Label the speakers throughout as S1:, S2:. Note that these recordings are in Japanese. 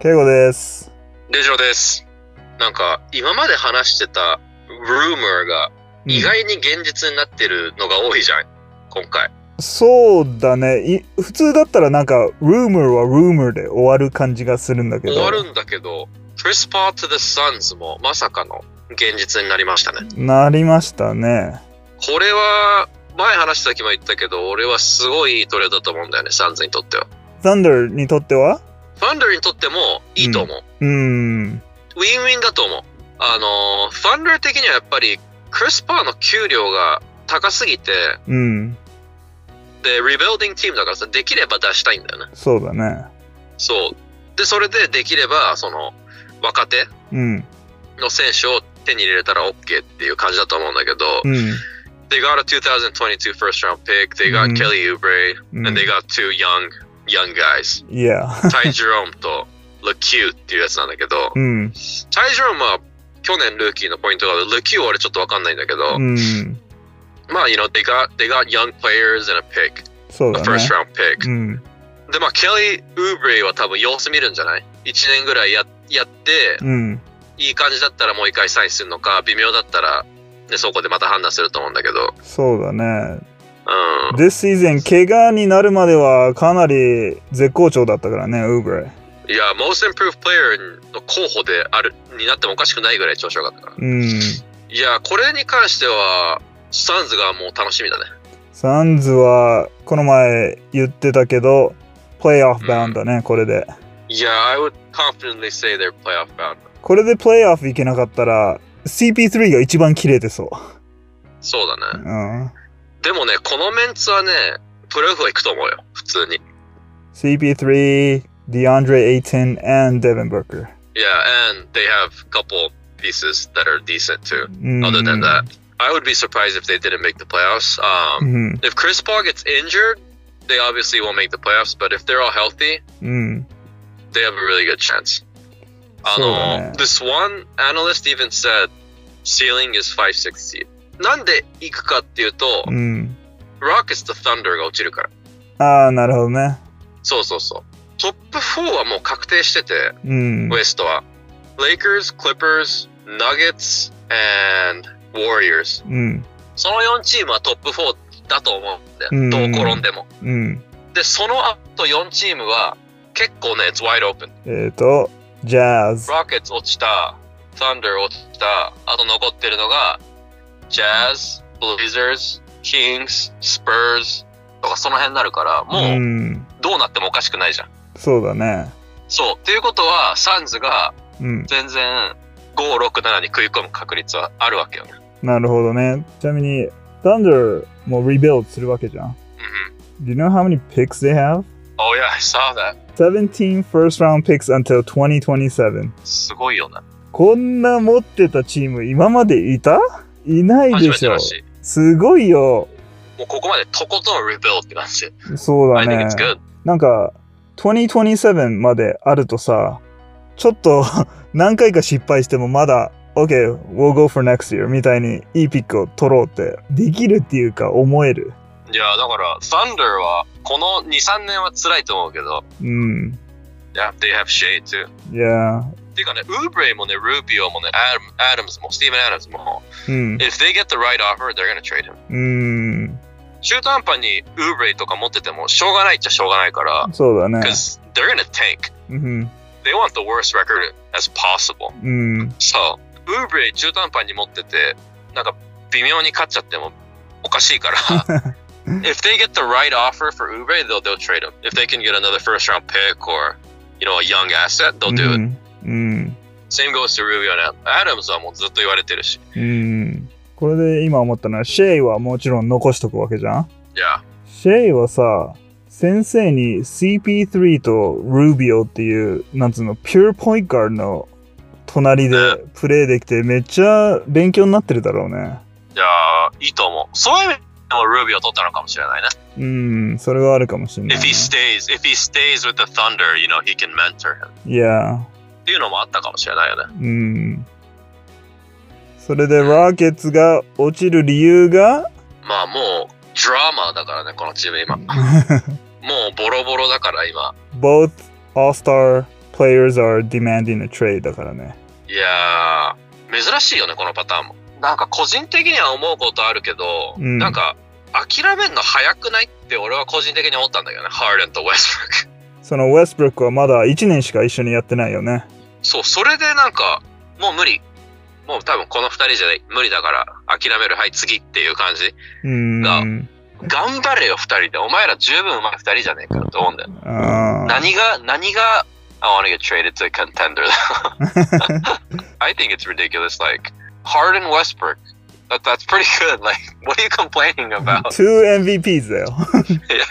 S1: ケイゴです。
S2: レジロです。なんか、今まで話してた rumor が意外に現実になってるのが多いじゃん、今回。
S1: そうだね。い普通だったらなんか、ルームはルームで終わる感じがするんだけど。
S2: 終わるんだけど、Whisper to the Suns もまさかの現実になりましたね。
S1: なりましたね。
S2: これは、前話した時も言ったけど、俺はすごいいいトレードだと思うんだよね、サンズにとっては。
S1: ザンダーにとっては
S2: ファンダーにとってもいいと思う。
S1: うーん。
S2: ウィンウィンだと思う。あのー、ファンダー的にはやっぱり、クリスパーの給料が高すぎて、
S1: うん。
S2: で、リベルディングチームだからさ、できれば出したいんだよね。
S1: そうだね。
S2: そう。で、それでできれば、その、若手
S1: うん。
S2: の選手を手に入れたら OK っていう感じだと思うんだけど、
S1: うん。
S2: They got a 2022 first round pick, they got
S1: うん
S2: Kelly Oubre,
S1: う
S2: and
S1: ん
S2: they、got two young, young guys.
S1: yeah.
S2: Ty Jerome と LeCue っていうやつなんだけど
S1: う、ん。
S2: Ty Jerome は去年ルーキーのポイントがある、LeCue は俺ちょっとわかんないんだけど
S1: う、ん。
S2: まあ、you know, they got, they got young players and a pick,
S1: そう
S2: a
S1: だ
S2: first
S1: ね。
S2: round pick.
S1: うん。
S2: で、まあ、Kelly Oubre は多分様子見るんじゃない ?1 年ぐらいややって、
S1: うん。
S2: いい感じだったらもう一回サインするのか、微妙だったら、ね、そこでまた判断すると思うんだけど、
S1: そうだね。
S2: うん、
S1: This season、怪我になるまではかなり絶好調だったからね、ウーブレ。
S2: いや、Most Improved Player の候補である、になってもおかしくないぐらい調子よかったから。
S1: うん。
S2: いや、これに関しては、スタンズがもう楽しみだね。
S1: サンズはこの前言ってたけど、プレイオフバウンドね、これで。
S2: いや、I would confidently say they're playoff bound.
S1: これでプレイオフ行けなかったら、CP3 が一番切れてそ
S2: そうだ
S1: う。う
S2: ね。
S1: ん。
S2: でもね、このメンツはね、プレーオフは行くと思うよ、普通に。
S1: CP3、DeAndre Ayton and Devin Booker。
S2: Yeah, and they have a couple pieces that are decent too.
S1: うん
S2: Other than that, I would be surprised if they didn't make the playoffs. Um,
S1: うん。
S2: if Chris Paul gets injured, they obviously won't make the playoffs. But if they're all healthy,
S1: うん。
S2: they have a really good chance. あ
S1: そうだね
S2: の、。this one analyst even said ceiling is 5 6 seed. なんで行くかっていうと、
S1: うん。
S2: Rockets と Thunder が落ちるから。
S1: ああ、なるほどね。
S2: そうそうそう。トップ4はもう確定してて、
S1: うん
S2: ウ。エストは。Lakers, Clippers, Nuggets, and Warriors。
S1: うん。
S2: その4チームはトップ4だと思
S1: う
S2: うん
S1: ん
S2: だよ。どう転んでも。
S1: うん。
S2: で、その後4チームは結構ね、it's wide open。
S1: えっと、Jazz。
S2: Rockets 落ちた、Thunder 落ちた、あと残ってるのが、Jazz、Blazers、Kings、Spurs とかその辺になるから、
S1: う。
S2: もうんどうなってもおかしくないじゃん。
S1: そうだね。
S2: そう。っていうことは、サンズが
S1: うん。
S2: 全然5、6、7に食い込む確率はあるわけよね。
S1: なるほどね。ちなみに、Thunder も rebuild するわけじゃん。
S2: うん。
S1: Do you know how many picks they have?
S2: Oh yeah, I saw that.
S1: 17 first round picks until 2027.
S2: すごいよね。
S1: こんな持ってたチーム今までいたいない
S2: 初
S1: で
S2: め
S1: してょ
S2: ら。しい。
S1: すごいよ。
S2: もうここまでとことん rebuild って感じ。
S1: そうだ
S2: I think
S1: ね
S2: it's。good.
S1: なんか、2027まであるとさ、ちょっと 何回か失敗してもまだ、OK, we'll go for next year みたいにいいピックを取ろうって、できるっていうか思える。
S2: いや、だから、Thunder は、この2、3年は辛いと思うけど、
S1: うん。
S2: Yeah, they have Shea too.
S1: いや
S2: っていうかね、ウーブレイもね、ルービオもね、アダムアダムズも、スティーブン・アダムズも、
S1: ー、うん。
S2: If they get the right offer, they're gonna trade him.
S1: うん。
S2: 中途半端にウーブレイとか持ってても、しょうがないっちゃしょうがないから、
S1: そうだね。
S2: because they're gonna tank.
S1: うん。
S2: They want the worst record as possible.
S1: うん。
S2: So, ウーブレイ中途半端に持ってて、なんか微妙に勝っちゃってもおかし いから、If they get the right offer for Oubre, they'll, they'll trade him. If they can get another first round pick or, you know, a young asset, they'll do
S1: う
S2: it.
S1: んうん。
S2: Same goes to Rubio now. Adams はもうずっと言われてるし。
S1: うん。これで今思ったのは、シェイはもちろん残しとくわけじゃん
S2: いや、
S1: シェイはさ、先生に CP3 とルビオっていう、なんつうの、ピュアポイントガードの隣で
S2: う
S1: プレイできて、めっちゃ勉強になってるだろうね。
S2: いや、いいと思う。そういう意味でも Rubio 取ったのかもしれないね。
S1: うん、それはあるかもしれない
S2: If
S1: ね。
S2: he stays, if he stays with the Thunder, you know, he can mentor him.
S1: いや、
S2: っていうのもあったかもしれないよね。
S1: うん。それで、ラケッツが落ちる理由が、
S2: まあもう、ドラマーだからね、このチーム今。もうボロボロだから今。
S1: both All-Star players are demanding a trade だからね。
S2: いやー、珍しいよね、このパターンも。なんか個人的には思うことあるけど、
S1: うん
S2: なんか諦めんの早くないって俺は個人的に思ったんだけどね、ハーレンとウェスブルック。
S1: そのウェスブルックはまだ1年しか一緒にやってないよね。
S2: そう、それでなんか、もう無理。もう多分この二人じゃ無理だから、諦める、はい、次っていう感じ。
S1: うーん。
S2: 頑張れよ、二人で。お前ら十分上手い二人じゃねえかよと思うんだよ。
S1: あ ー
S2: 何が、何が、I wanna get traded to a contender. I think it's ridiculous. Like, Harden Westbrook. That, that's pretty good. Like, what are you complaining about?
S1: 2 MVPs だよ。
S2: yeah.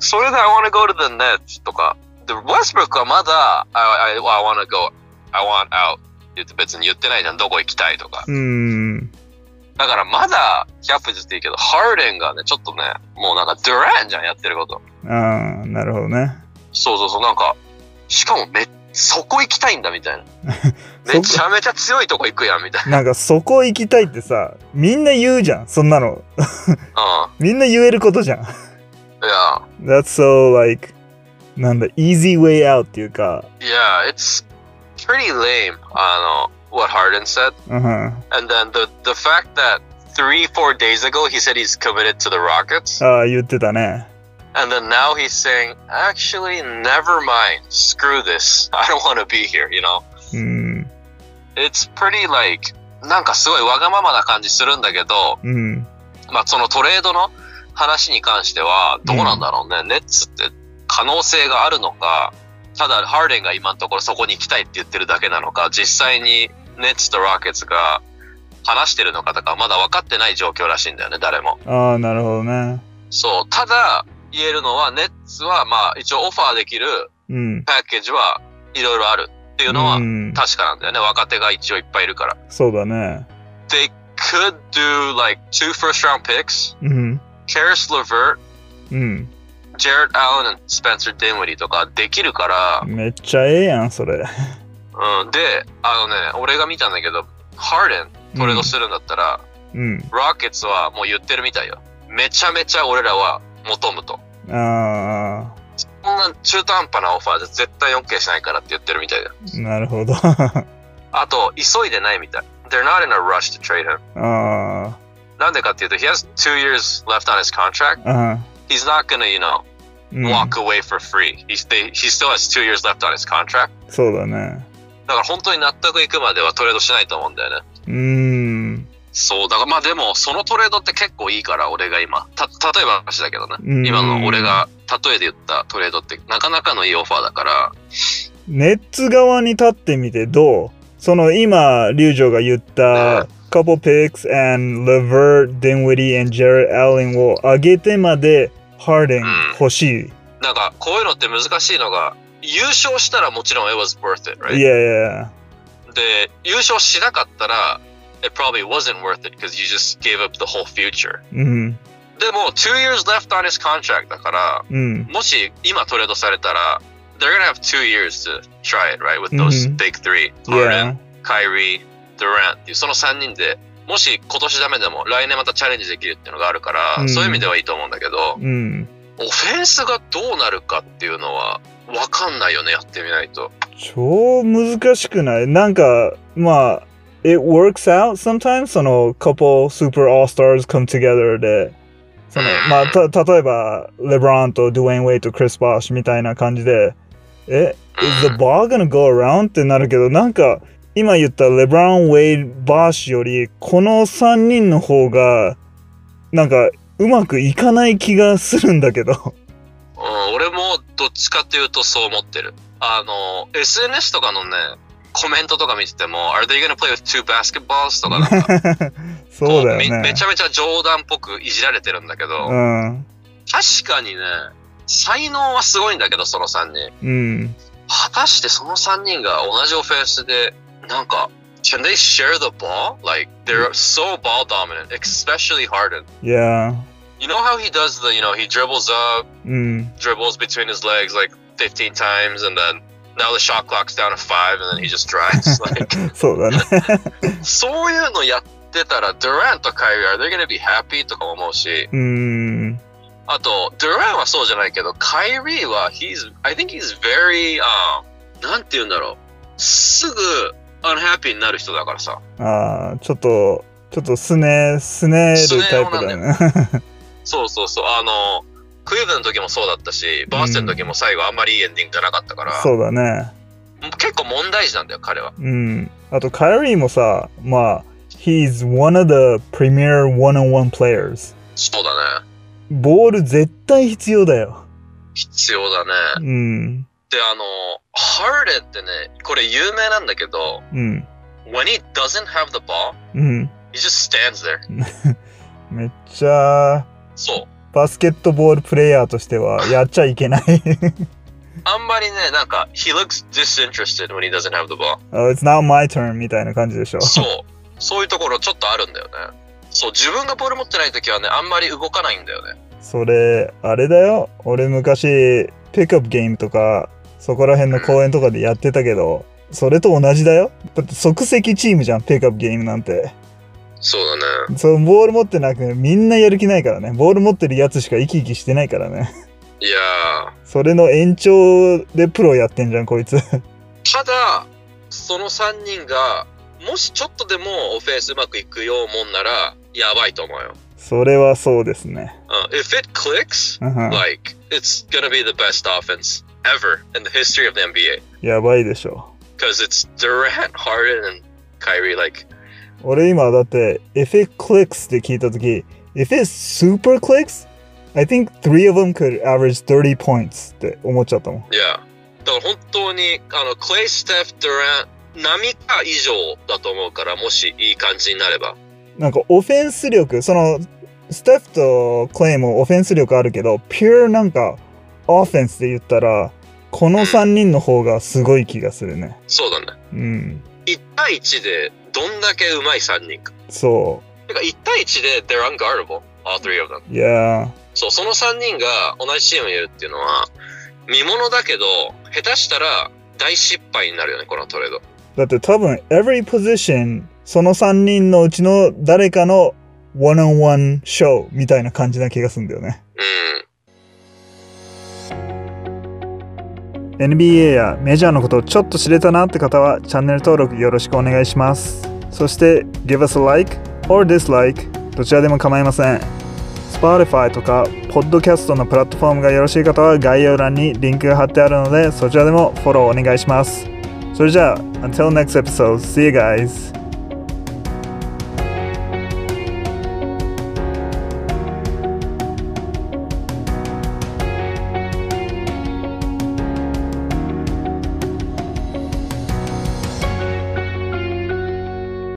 S2: それで I wanna go to the Nets とか。で、Westbrook はまだ、I, I, I wanna go, I want out. 言って別に言ってないじゃん、どこ行きたいとか。
S1: うーん。
S2: だからまだキャップズっていいけど、ハーデンがね、ちょっとね、もうなんかドゥランじゃん、やってること。
S1: ああ、なるほどね。
S2: そうそうそう、なんか、しかもめ、そこ行きたいんだみたいな。めちゃめちゃ強いとこ行くやん、みたい
S1: なんかそこ行きたいってさ、みんな言うじゃん、そんなの。
S2: な。
S1: みんな言えることじゃん。
S2: うん。いや、
S1: That's so like, なんだ、easy way out っていうか、
S2: いや、it's pretty lame, あの、what Harden said.
S1: うんはん、
S2: And then the, the fact that three, four days ago he said he's committed to the Rockets.
S1: ああ、言ってたね。
S2: And then now he's saying, actually, never mind. Screw this. I don't want to be here, you know?
S1: うん、
S2: It's pretty like なんかすごいわがままな感じするんだけど、
S1: うん、
S2: まあ、そのトレードの話に関してはどうなんだろうね、ネッツって可能性があるのかただハーデンが今のところそこに行きたいって言ってるだけなのか実際にネッツとロケッツが話してるのかとかまだ分かってない状況らしいんだよね誰も
S1: ああ、なるほどね。
S2: そうただ言えるのはネッツはまあ一応オファーできる
S1: うん。
S2: パッケージはいろいろあるっていうのは
S1: うん、
S2: 確かなんだよね、若手が一応いっぱいいるから
S1: そうだね。
S2: they could do like two first round picks
S1: うん、
S2: Karis Levert
S1: うん。
S2: Jared Allen and Spencer Dinwiddie とかできるか
S1: めっちゃええやん、そ れ。
S2: ら、うん、であのね俺が見たんだけど Harden トレードするんだったら、
S1: うん。
S2: Rockets はもう言ってるみたいよめちゃめちゃ俺らは求むと
S1: あ
S2: こんな中途半端なオファーで絶対 OK しないからって言ってるみたいだよ
S1: あ、なるほど。 あ
S2: あと急いでないみたい They're not in a rush to trade him
S1: あ、
S2: なんでかっていうと He has two years left on his contract
S1: あ
S2: He's not gonna you know
S1: うん。
S2: walk away for free. He, they, he still has two years left on his contract.
S1: そうだね。
S2: だから本当に納得いくまではトレードしないと思うんだよね。
S1: うーん、
S2: そう、だからまあでも、そのトレードって結構いいから、俺が今。た、例えば話だけどね。
S1: うん
S2: 今の俺が例えで言ったトレードってなかなかのいいオファーだから。
S1: ネッツ側に立ってみてどうその今、龍城が言った、couple picks and Lever, Dinwiddie and Jared Allen を上げてまで、ハーデン欲し
S2: なんか、こういうのって難しいのが、優勝したらもちろん it was worth it,
S1: い。いや
S2: right?
S1: いや
S2: で、優勝しなかったら、it probably wasn't worth it because you just gave up the whole future.
S1: うん、
S2: でも、two years left on his contract だから、
S1: うん、
S2: もし今トレードされたら、they're gonna have two years to try it, right? With those
S1: うん
S2: big three.
S1: いや
S2: Harden,、Kyrie, Durant っていうその3人で、もし今年ダメでも来年またチャレンジできるっていうのがあるから、
S1: うん
S2: そういう意味ではいいと思うんだけど、
S1: うん。
S2: オフェンスがどうなるかっていうのは、わかんないよね、やってみないと。
S1: 超難しくないなんか、まあ、it works out sometimes その couple super all stars come together で、その、まあ、た、例えば、レブロンとドゥエイン・ウェイとクリス・ボッシュみたいな感じで、え、
S2: うん
S1: Is the ball gonna go around? ってなるけど、なんか、今言ったレブラン、ウェイ、バーシより、この3人の方が、なんか、うまくいかない気がするんだけど。
S2: うん俺もどっちかっていうとそう思ってる。あの、SNS とかのね、コメントとか見てても、Are they gonna play with two basketballs? とかなんか
S1: そうだよ
S2: め、め
S1: ね
S2: ち。ゃめちゃ冗談っぽくいじられてるんだけど、
S1: うん。
S2: 確かにね、才能はすごいんだけど、その3人。
S1: うん。
S2: 果たしてその3人が同じオフェンスで、なんか、can they share the ball? Like, they're so ball dominant, especially Harden.
S1: いや
S2: You know how he does the, you know, he dribbles up,
S1: うん。
S2: dribbles between his legs like 15 times, and then now the shot clock's down to 5, and then he just drives. like,
S1: そうだね。
S2: そういうのやってたら、ドゥランとカイリー、are they gonna be happy? とかも思うし、
S1: うん。
S2: あと、ドゥランはそうじゃないけど、カイリーは、he's, I think he's very, um, なんて言うんだろう。すぐ、unhappy になる人だからさ。
S1: ああ、ちょっと、ちょっとすね、すねるタイプだよね。
S2: そうそうそう。あの、クイーブの時もそうだったし、バースデーの時も最後あんまりいいエンディングじゃなかったか ら、
S1: そうだね。
S2: 結構問題児なんだよ、彼は。
S1: うん。あと、カイリーもさ、まあ、he's one of the premier one-on-one players。
S2: そうだね。
S1: ボール絶対必要だよ。
S2: 必要だね。
S1: うん。
S2: で、あの、ハーレンってね、これ有名なんだけど、
S1: うん。
S2: when he doesn't have the ball,
S1: うん。
S2: he just stands there.
S1: めっちゃ、
S2: そう。
S1: バスケットボールプレイヤーとしては、やっちゃいけ ない。
S2: あんまりね、なんか、he looks disinterested when he doesn't have the ball.
S1: oh, it's not my turn みたいな感じでしょ。
S2: そう。そういうところちょっとあるんだよね。そう、自分がボール持ってない時はね、あんまり動かないんだよね。
S1: それあれだよ俺昔ピックアップゲームとかそこら辺の公園とかでやってたけどそれと同じだよだって即席チームじゃんピックアップゲームなんて
S2: そうだね。
S1: そのボール持ってなくてみんなやる気ないからねボール持ってるやつしか生き生きしてないからね
S2: いや
S1: それの延長でプロやってんじゃんこいつ
S2: ーただその3人がもしちょっとでもオフェンスうまくいくようもんならやばいと思うよ、
S1: それはそうですね
S2: うん If it clicks
S1: うん
S2: like it's gonna be the best offense ever in the history of the NBA
S1: やばいでしょ
S2: because it's Durant, Harden and Kyrie like
S1: 俺今だって「If it clicks」って聞いた時「If it super clicks I think three of them could average 30 points」って思っちゃったもん
S2: yeah だから本当にあのクレイ・ステフ・ドラン波か以上だと思うからもしいい感じになれば
S1: なんかオフェンス力、そのステフとクレイもオフェンス力あるけど、ピュアなんかオフェンスで言ったら、この3人の方がすごい気がするね。
S2: そうだね
S1: うん。
S2: 1対1でどんだけうまい3人か
S1: そ
S2: てか1対1で they're unguardable all three of them
S1: う。いやー、
S2: そう、その3人が同じチームにいるっていうのは、見物だけど、下手したら大失敗になるよね、このトレード。
S1: だって多分、every position、その3人のうちの誰かの one-on-one show みたいな感じな気がするんだよね。
S2: うん。
S1: NBA やメジャーのことをちょっと知れたなって方はチャンネル登録よろしくお願いしますそして Give us a like or dislike どちらでも構いません Spotify とか Podcast のプラットフォームがよろしい方は概要欄にリンクが貼ってあるのでそちらでもフォローお願いしますそれじゃあ Until next episode see you guys